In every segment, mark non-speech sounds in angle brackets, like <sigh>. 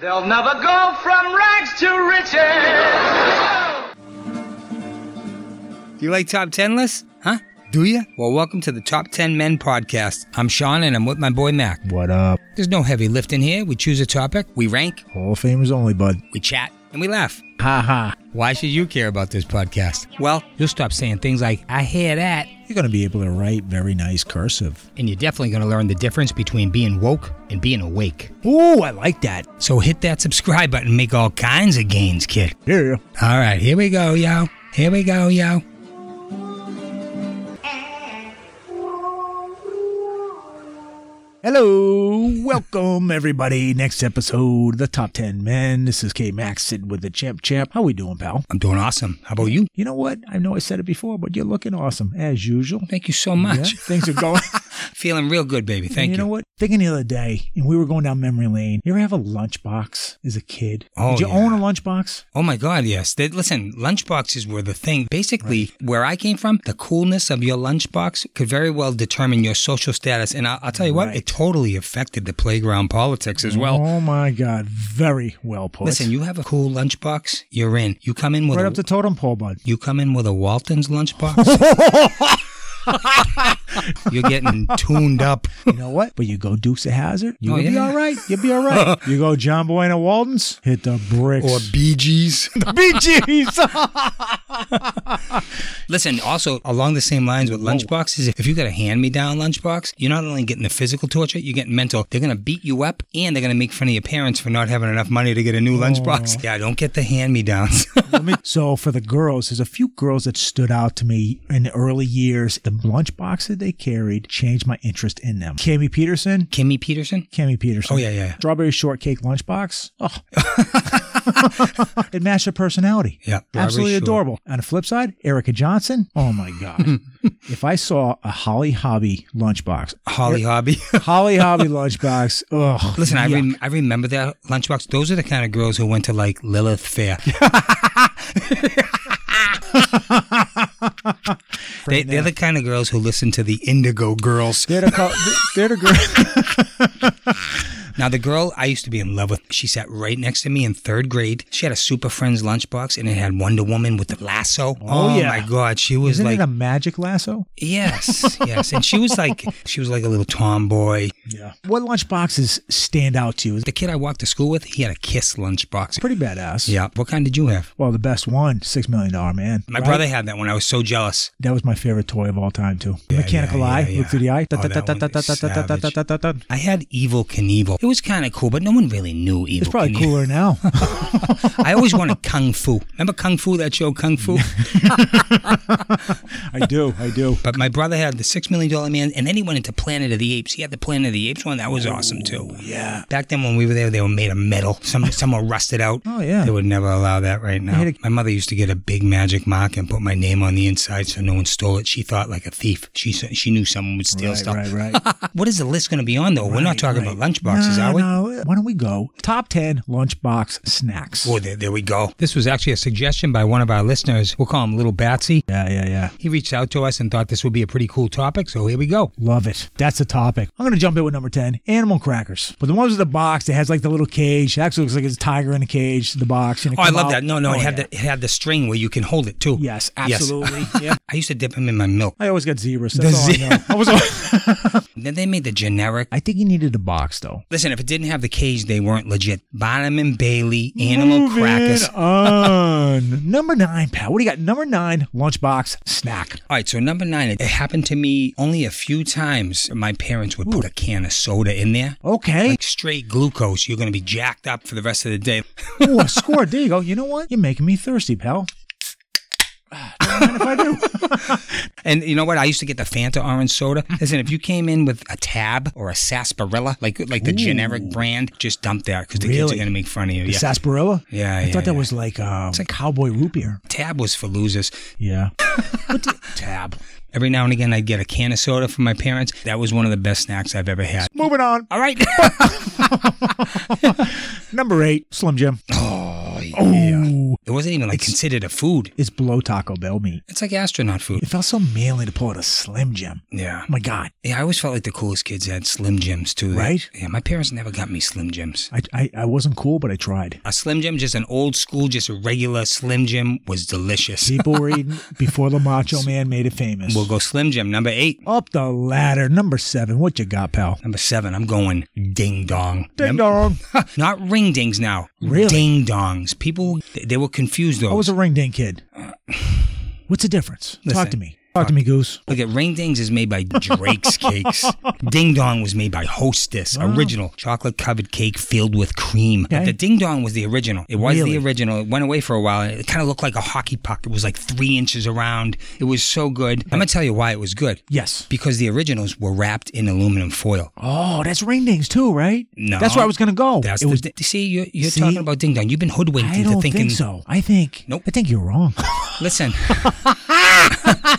They'll never go from rags to riches. Do you like top 10 lists? Huh? Do you? Well, welcome to the Top 10 Men podcast. I'm Sean and I'm with my boy Mac. What up? There's no heavy lifting here. We choose a topic, we rank, Hall of Famers only, bud. we chat, and we laugh. Ha ha. Why should you care about this podcast? Well, you'll stop saying things like, I hear that. You're going to be able to write very nice cursive. And you're definitely going to learn the difference between being woke and being awake. Ooh, I like that. So hit that subscribe button and make all kinds of gains, kid. Yeah. All right, here we go, yo. Here we go, yo. Hello. Welcome, everybody. Next episode, The Top 10 Men. This is K Max sitting with the Champ Champ. How we doing, pal? I'm doing awesome. How about you? You know what? I know I said it before, but you're looking awesome, as usual. Thank you so much. Yeah, things are going. Feeling real good, baby. <laughs> Thank And you. know what? Thinking the other day, and we were going down memory lane. You ever have a lunchbox as a kid? Oh, Did you yeah. own a lunchbox? Oh my God, yes. They, listen, lunchboxes were the thing. Basically, where I came from, the coolness of your lunchbox could very well determine your social status. And I'll, I'll tell you what, it Right. totally affected the playground politics as well. Oh my God! Very well put. Listen, you have a cool lunchbox, you're in. You come in with right a, up the totem pole, bud. you come in with a Walton's <laughs> lunchbox. you're getting tuned up. You know what? But you go Dukes of Hazard, you'll Oh, be yeah. all right. You'll be <laughs> all right. you go John Boyne and Walden's, hit the bricks. Or BGs. the <laughs> BGs. Listen, also along the same lines with lunchboxes, if you got a hand me down lunchbox, you're not only getting the physical torture, you're getting mental. They're going to beat you up and they're going to make fun of your parents for not having enough money to get a new lunchbox. Yeah, don't get the hand me downs. <laughs> Let me- so for the girls, there's a few girls that stood out to me in the early years. The lunchbox that they carried changed my interest in them. Cami Peterson. Kimmy Peterson? Cami Peterson. Oh, yeah, yeah. Strawberry shortcake lunchbox. <laughs> Oh. it matched her personality. Yeah. Strawberry Absolutely short- adorable. On the flip side, Erica Johnson. Oh my <laughs> God. if I saw a Holly Hobby lunchbox, Holly Hobby. <laughs> Holly Hobby lunchbox. Ugh. Listen, I, rem- I remember that lunchbox. Those are the kind of girls who went to like Lilith Fair. <laughs> they, they're the kind of girls who listen to the Indigo Girls. They're the, co- they're the <laughs> girl. Now, the girl I used to be in love with, she sat right next to me in third grade. She had a Super Friends lunchbox and it had Wonder Woman with the lasso. Oh, yeah. my God. She was Isn't like, it a magic lasso? yes, <laughs> yes. And she was like, she was like a little tomboy. Yeah. What lunchboxes stand out to you? It's The kid I walked to school with, he had a Kiss lunchbox. pretty badass. Yeah. What kind did you have? Well, the best one, Six Million Dollar Man. My Right? brother had that one. I was so jealous. That was my favorite toy of all time, too. Mechanical yeah, eye. yeah, Look through the eye. yeah. Oh, that one is Da-da-da-da-da-da-da-da-da-da-da. I had Evil Knievel. It was kind of cool, but no one really knew Evil <laughs> It's probably Knievel. <laughs> cooler now. I always <laughs> wanted Kung Fu. Remember Kung Fu, that show Kung Fu? I do. I do. But my brother had the Six Million Dollar Man, and then he went into Planet of the Apes. He had the Planet of the Apes one. That was awesome, too. Yeah. Back then, when we were there, they were made of metal. Some some were rusted out. Oh, yeah. They would never allow that right now. had a- my mother used to get a big magic mark and put my name on the inside so no one stole it. She thought like a thief. She s- she knew someone would steal Right, stuff. right, right. What is the list going to be on though? <laughs> we're not talking about lunchboxes, no, are we? No. Why don't we go top 10 lunchbox snacks? Oh, there, there we go. This was actually a suggestion by one of our listeners. We'll call him Little Batsy. Yeah, yeah, yeah. He reached out to us and thought this would be a pretty cool topic, so here we go. Love it. That's the topic. I'm going to jump in with number 10 animal crackers. But the ones with the box that has like the little cage. It actually looks like it's a tiger in a cage, the box. And it Oh, I come love out- that. No, no, Oh, it had yeah. the it had the string where you can hold it too. Yes, absolutely. <laughs> yeah. I used to dip them in my milk. I always got zebras. That's all ze- <laughs> I know. I, was always- Then they made the generic. I think you needed a box though. Listen, if it didn't have the cage, they weren't legit. Bonham and Bailey, Animal Moving Crackers. on. <laughs> number nine, pal. What do you got? Number nine, lunchbox snack. All right, so number nine, it happened to me only a few times. My parents would put a can of soda in there. <laughs> Okay. Like straight glucose. You're going to be jacked up for the rest of the day. <laughs> Ooh, I scored. There you go. You know what? You're making me thirsty, pal. And you know what? I used to get the Fanta orange <laughs> soda. Listen, if you came in with a tab or a sarsaparilla, like like the generic brand, just dump that because the kids are Really? going to make fun of you. The Yeah. sarsaparilla? Yeah, I yeah, thought that yeah. was like um, it's like cowboy root beer. tab was for losers. Yeah. What the- tab. Every now and again, I'd get a can of soda from my parents. That was one of the best snacks I've ever had. Moving on. All right. Number eight, Slim Jim. oh, Ooh, no. It wasn't even like It's- considered a food. It's below Taco Bell meat. It's like astronaut food. It felt so manly to pull out a Slim Jim. Yeah. Oh my God. Yeah, I always felt like the coolest kids had Slim Jims too. Right? Yeah, my parents never got me Slim Jims. I, I, I wasn't cool, but I tried. A Slim Jim, just an old school, just a regular Slim Jim, was delicious. People were eating <laughs> before the Macho Man made it famous. We'll go Slim Jim, number eight. Up the ladder, number seven. What you got, pal? Number seven, I'm going ding dong. <laughs> Ding Remember- dong. Not ring dings now. Really? Ding dongs. People, they, they were confused though. I was a ring ding kid. What's the difference? Listen. Talk to me. Talk, to me, Goose. Look at Ring Dings is made by <laughs> Drake's Cakes. Ding Dong was made by Hostess, original chocolate covered cake filled with cream. But Okay. the Ding Dong was the original. It was Really? the original. It went away for a while. It kind of looked like a hockey puck. It was like three inches around. It was so good. I'm gonna tell you why it was good. Yes. Because the originals were wrapped in aluminum foil. Oh, that's ring dings too, right? No. That's where I was gonna go. That's it the was. di- see, you're, you're See? talking about Ding Dong. You've been hoodwinked I into don't thinking. think so. I think. Nope. I think you're wrong. Listen,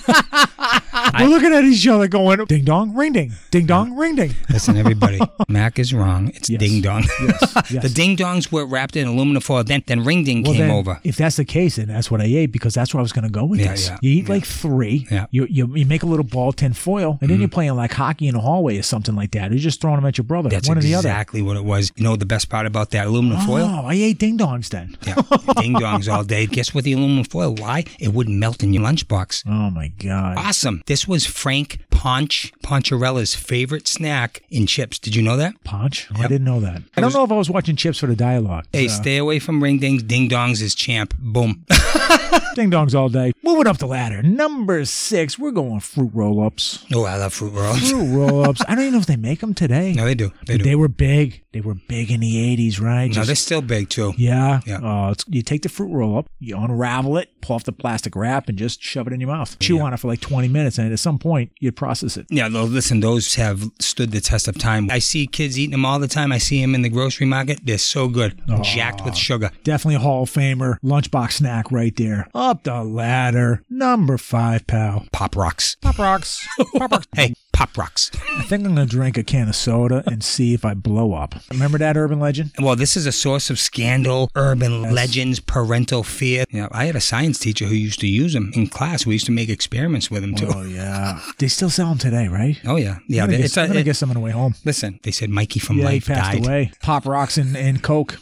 We're looking at each other, going ding dong, ring ding, ding dong, <laughs> ring ding. listen, <laughs> everybody. Mac is wrong. It's Yes. Ding Dong. <laughs> yes. The Ding Dongs were wrapped in aluminum foil. Then, then Ring Ding Well, came then, over. If that's the case, then that's what I ate because that's where I was going to go with Yeah, this. yeah, you eat like three. Yeah. Mm. You, you you make a little ball tin foil, and then you're playing like hockey in the hallway or something like that. You're just throwing them at your brother. That's one or the other. exactly what it was. You know the best part about that aluminum foil? Oh, I ate ding dongs then. Yeah, ding dongs all day. Guess what? The aluminum foil. Why? It wouldn't melt in your lunchbox. Oh my god. Awesome. This was Frank Ponch Poncharella's favorite snack in chips. Did you know that? Punch. I didn't know that. I don't know if I was watching chips for the dialogue. Hey, So, stay away from ring dings. Ding dongs is champ. Boom. <laughs> ding dongs all day. Moving up the ladder. Number six. We're going fruit roll ups. oh, I love fruit <laughs> rolls. Fruit roll ups. I don't even know if they make them today. No, they do. They But do. they were big. They were big in the 80s, right? no, Just- they're still big too. Yeah. Yeah. Uh, it's, you take the fruit roll up, you unravel it, pull off the plastic wrap, and just shove it in your mouth. Chew on it for like 20 minutes, and at some point, you process it. Yeah, though, listen, those have stood the test of time. I see kids eating them all the time. I see them in the grocery market. They're so good, jacked with sugar. Definitely a Hall of Famer lunchbox snack right there. Up the ladder. Number five, pal. Pop rocks. Pop rocks. Pop rocks. Hey, pop rocks. <laughs> I think I'm going to drink a can of soda and see if I blow up. Remember that urban legend? Well, this is a source of scandal, urban legends, parental fear. You know, I had a science teacher who used to use them in class. We used to make experiments with them too. Oh, yeah. They still sell them today, right? Oh yeah, yeah. I'm going it's a- to it- guess I'm on the way home. listen, they said Mikey from Yeah, he Life passed died. away. Pop rocks and, and <laughs> Coke.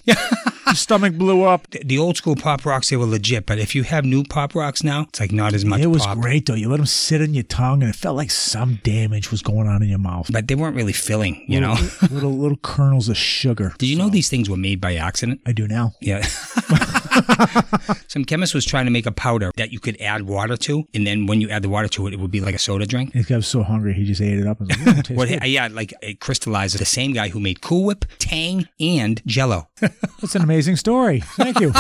Stomach blew up. The- The old school pop rocks they were legit, but if you have new pop rocks now, it's like not as much. It was pop. great though. You let them sit in your tongue, and it felt like some damage was going on in your mouth. but they weren't really filling. You know? little, little little kernels of sugar. <laughs> Did you know these things were made by accident? I do now. Yeah. <laughs> Some chemist was trying to make a powder that you could add water to, and then when you add the water to it, it would be like a soda drink. This guy was so hungry, he just ate it up. And was like, <laughs> "Mm, it tastes Well, good." yeah, like it crystallizes. The same guy who made Cool Whip, Tang, and <laughs> Jello. That's an amazing story. Thank you.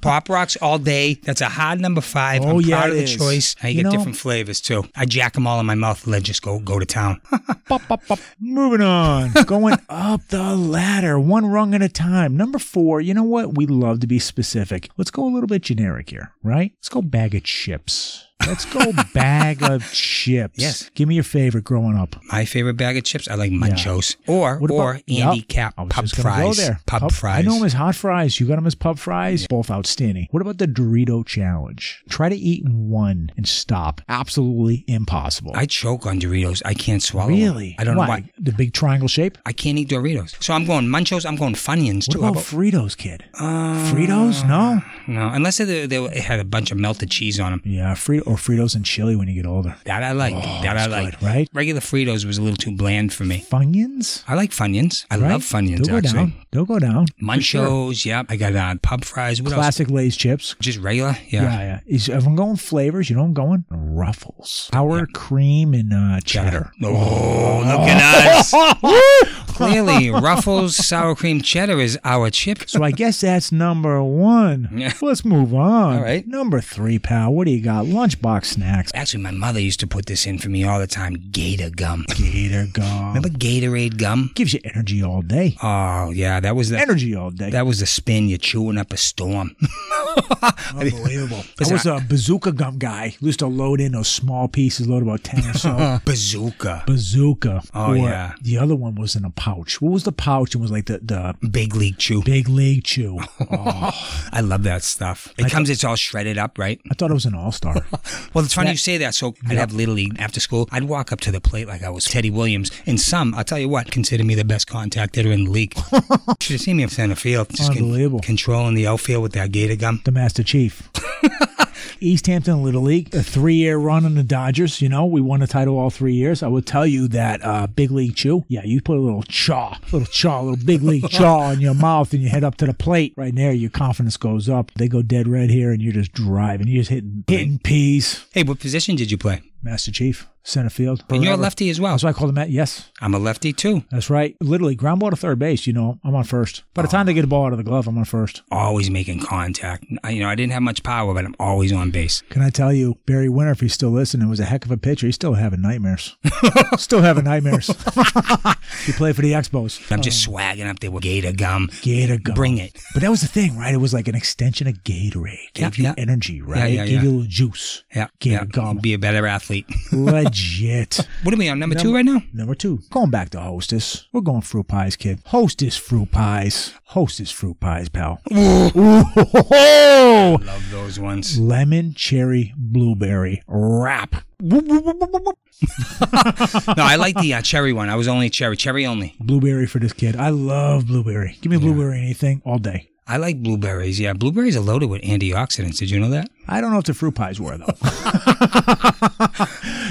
Pop rocks all day. That's a hard number five. Oh, I'm yeah, proud of it the is. choice. I You get know- different flavors too. I jack them all in my mouth. Let just go go to town. Pop, pop, pop. Moving on, <laughs> going up the ladder, one rung at a time. Number four. You know what? We love to be specific. Let's go a little bit generic here, right? Let's go bag of chips. Let's <laughs> go bag of chips. Yes. Give me your favorite growing up. my favorite bag of chips. I like Munchos or or Andy Yup. Cap I was pub just gonna go fries. there. Pub, fries. I know them as hot fries. You got them as pub fries. Both outstanding. What about the Dorito challenge? Try to eat one and stop. Absolutely impossible. I choke on Doritos. I can't swallow. 'em. really. I don't know why. The big triangle shape. I can't eat Doritos. So I'm going Munchos. I'm going Funyuns What uh, too. How about Fritos, kid? Fritos? Uh, No. no, unless they, they had a bunch of melted cheese on them. Yeah, Frito or Fritos and chili when you get older. That I like. that I it's like. Oh, good, right? Regular Fritos was a little too bland for me. Funyuns. I like Funyuns. I Right? love Funyuns. They'll go actually. down. They'll go down. Munchos. Yep. I got uh, pub fries. What else? Classic Lay's chips. Just regular. Yeah. Yeah, yeah. Is, if I'm going flavors, you know I'm going Ruffles, sour cream, and uh, cheddar. Oh, look at us. <laughs> Clearly, Ruffles sour cream cheddar is our chip. So I guess that's number one. <laughs> Yeah. Let's move on. All right. Number three, pal. What do you got? Lunchbox snacks. Actually, my mother used to put this in for me all the time. Gator gum. Gator gum. Remember Gatorade gum? Gives you energy all day. Oh yeah, that was the Energy all day. that was the spin. You're chewing up a storm. <laughs> Unbelievable. I Listen, was a bazooka gum guy. Used to load in those small pieces, load about 10 <laughs> or so. Bazooka. bazooka. Oh, or yeah. The other one was in a pouch. What was the pouch? It was like the, the Big League Chew. big <laughs> league chew. I love that stuff. It comes, it's all shredded up, right? I thought it was an all star. Well, it's funny you say that. So I'd have Little League after school. I'd walk up to the plate like I was Teddy Williams. And some, I'll tell you what, consider me the best contact hitter in the <laughs> league. Should have seen me up center field. Just con- Unbelievable. controlling the outfield with that gator gum. the <laughs> Master Chief. East Hampton Little League, a three year run on the Dodgers. You know, we won the title all three years. I will tell you that uh, Big League Chew, yeah, you put a little chaw, little chaw, little <laughs> Big League chaw in your mouth and you head up to the plate. Right there, your confidence goes up. They go dead red here and you're just driving. You're just hitting, hitting peas. Hey, what position did you play? Master Chief, center field. And you're a forever. lefty as well. That's why I call him that. Yes, I'm a lefty too. that's right. Literally, ground ball to third base. You know, I'm on first. By the Oh. time they get the ball out of the glove, I'm on first. Always making contact. I, you know, I didn't have much power, but I'm always on base. Can I tell you, Barry Winter, if he's still listening, was a heck of a pitcher. He's still having nightmares. <laughs> still <laughs> having nightmares. he played for the Expos. I'm just swagging up there with gator gum. Gator Oh. gum. Bring it. But that was the thing, right? It was like an extension of Gatorade. Gave you yeah. energy, right? yeah, Gave yeah. you a little juice. Yeah. Gator yeah. gum. Be a better athlete. <laughs> Legit. what are we on, number two right now? Number two, going back to Hostess. We're going fruit pies, kid. Hostess fruit pies. Hostess fruit pies, pal. Ooh. <laughs> Love those ones. Lemon, cherry, blueberry, wrap. Whoop, whoop, whoop, whoop, whoop. <laughs> No, I like the uh, cherry one. I was only cherry, cherry only. blueberry for this kid. I love blueberry. Give me blueberry anything all day. I like blueberries. Yeah, blueberries are loaded with antioxidants. Did you know that? I don't know if the fruit pies <laughs> were though.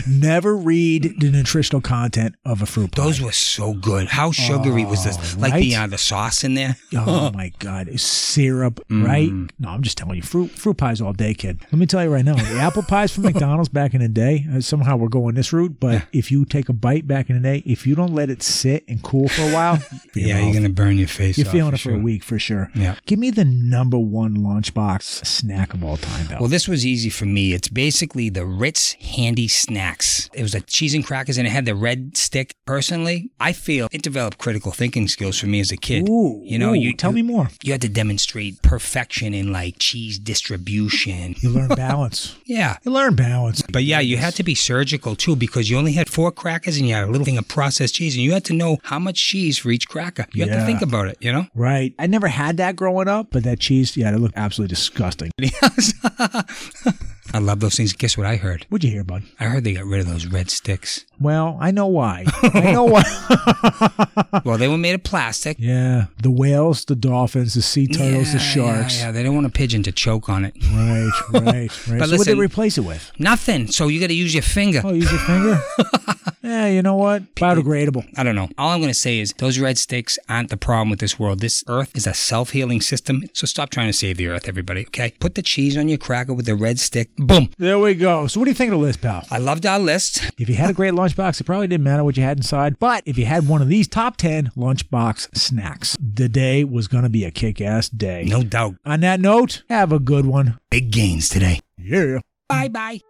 Never read the nutritional content of a fruit pie. Those were so good. How sugary was this? Like the right? uh, the sauce in there. oh my god, it's syrup, right? Mm. No, I'm just telling you, fruit fruit pies all day, kid. Let me tell you right now, the apple <laughs> pies from McDonald's back in the day. uh, Somehow we're going this route, but if you take a bite back in the day, if you don't let it sit and cool for a while, <laughs> Yeah, you're gonna burn your face. You're off feeling it for sure. a week for sure. Yeah. Give me the number one lunchbox snack of all time, though. Well, this was easy for me. It's basically the Ritz Handy Snacks. It was like cheese and crackers, and it had the red stick. Personally, I feel it developed critical thinking skills for me as a kid. Ooh, you know, ooh, you tell you- me more. You had to demonstrate perfection in like cheese distribution. You learn balance. yeah. <laughs> you learn balance. But yeah, you had to be surgical too because you only had four crackers and you had a little thing of processed cheese and you had to know how much cheese for each cracker. You had to Yeah. think about it, you know? Right. I never had that growing up, but that cheese, yeah, it looked absolutely disgusting. I love those things. Guess what I heard? What'd you hear, bud? I heard they got rid of those red sticks. Well, I know why. I <laughs> know why. Well, they were made of plastic. yeah. The whales, the dolphins, the sea turtles, the Yeah, sharks. Yeah, yeah, they don't want a pigeon to choke on it. <laughs> Right, right, right. so what'd listen- they replace it with? Nothing. So you got to use your finger. Oh, use <laughs> your finger? yeah, you know what? Biodegradable. I don't know. All I'm going to say is those red sticks aren't the problem with this world. This earth is a self healing system. So stop trying to save the earth, everybody, okay? Put the cheese on your cracker with the red stick. Boom. There we go. So what do you think of the list, pal? I loved our list. If you had a great lunchbox, it probably didn't matter what you had inside. But if you had one of these top 10 lunchbox snacks, the day was going to be a kick ass day. No doubt. On that note, have a good one. Big gains today. Yeah. Bye bye.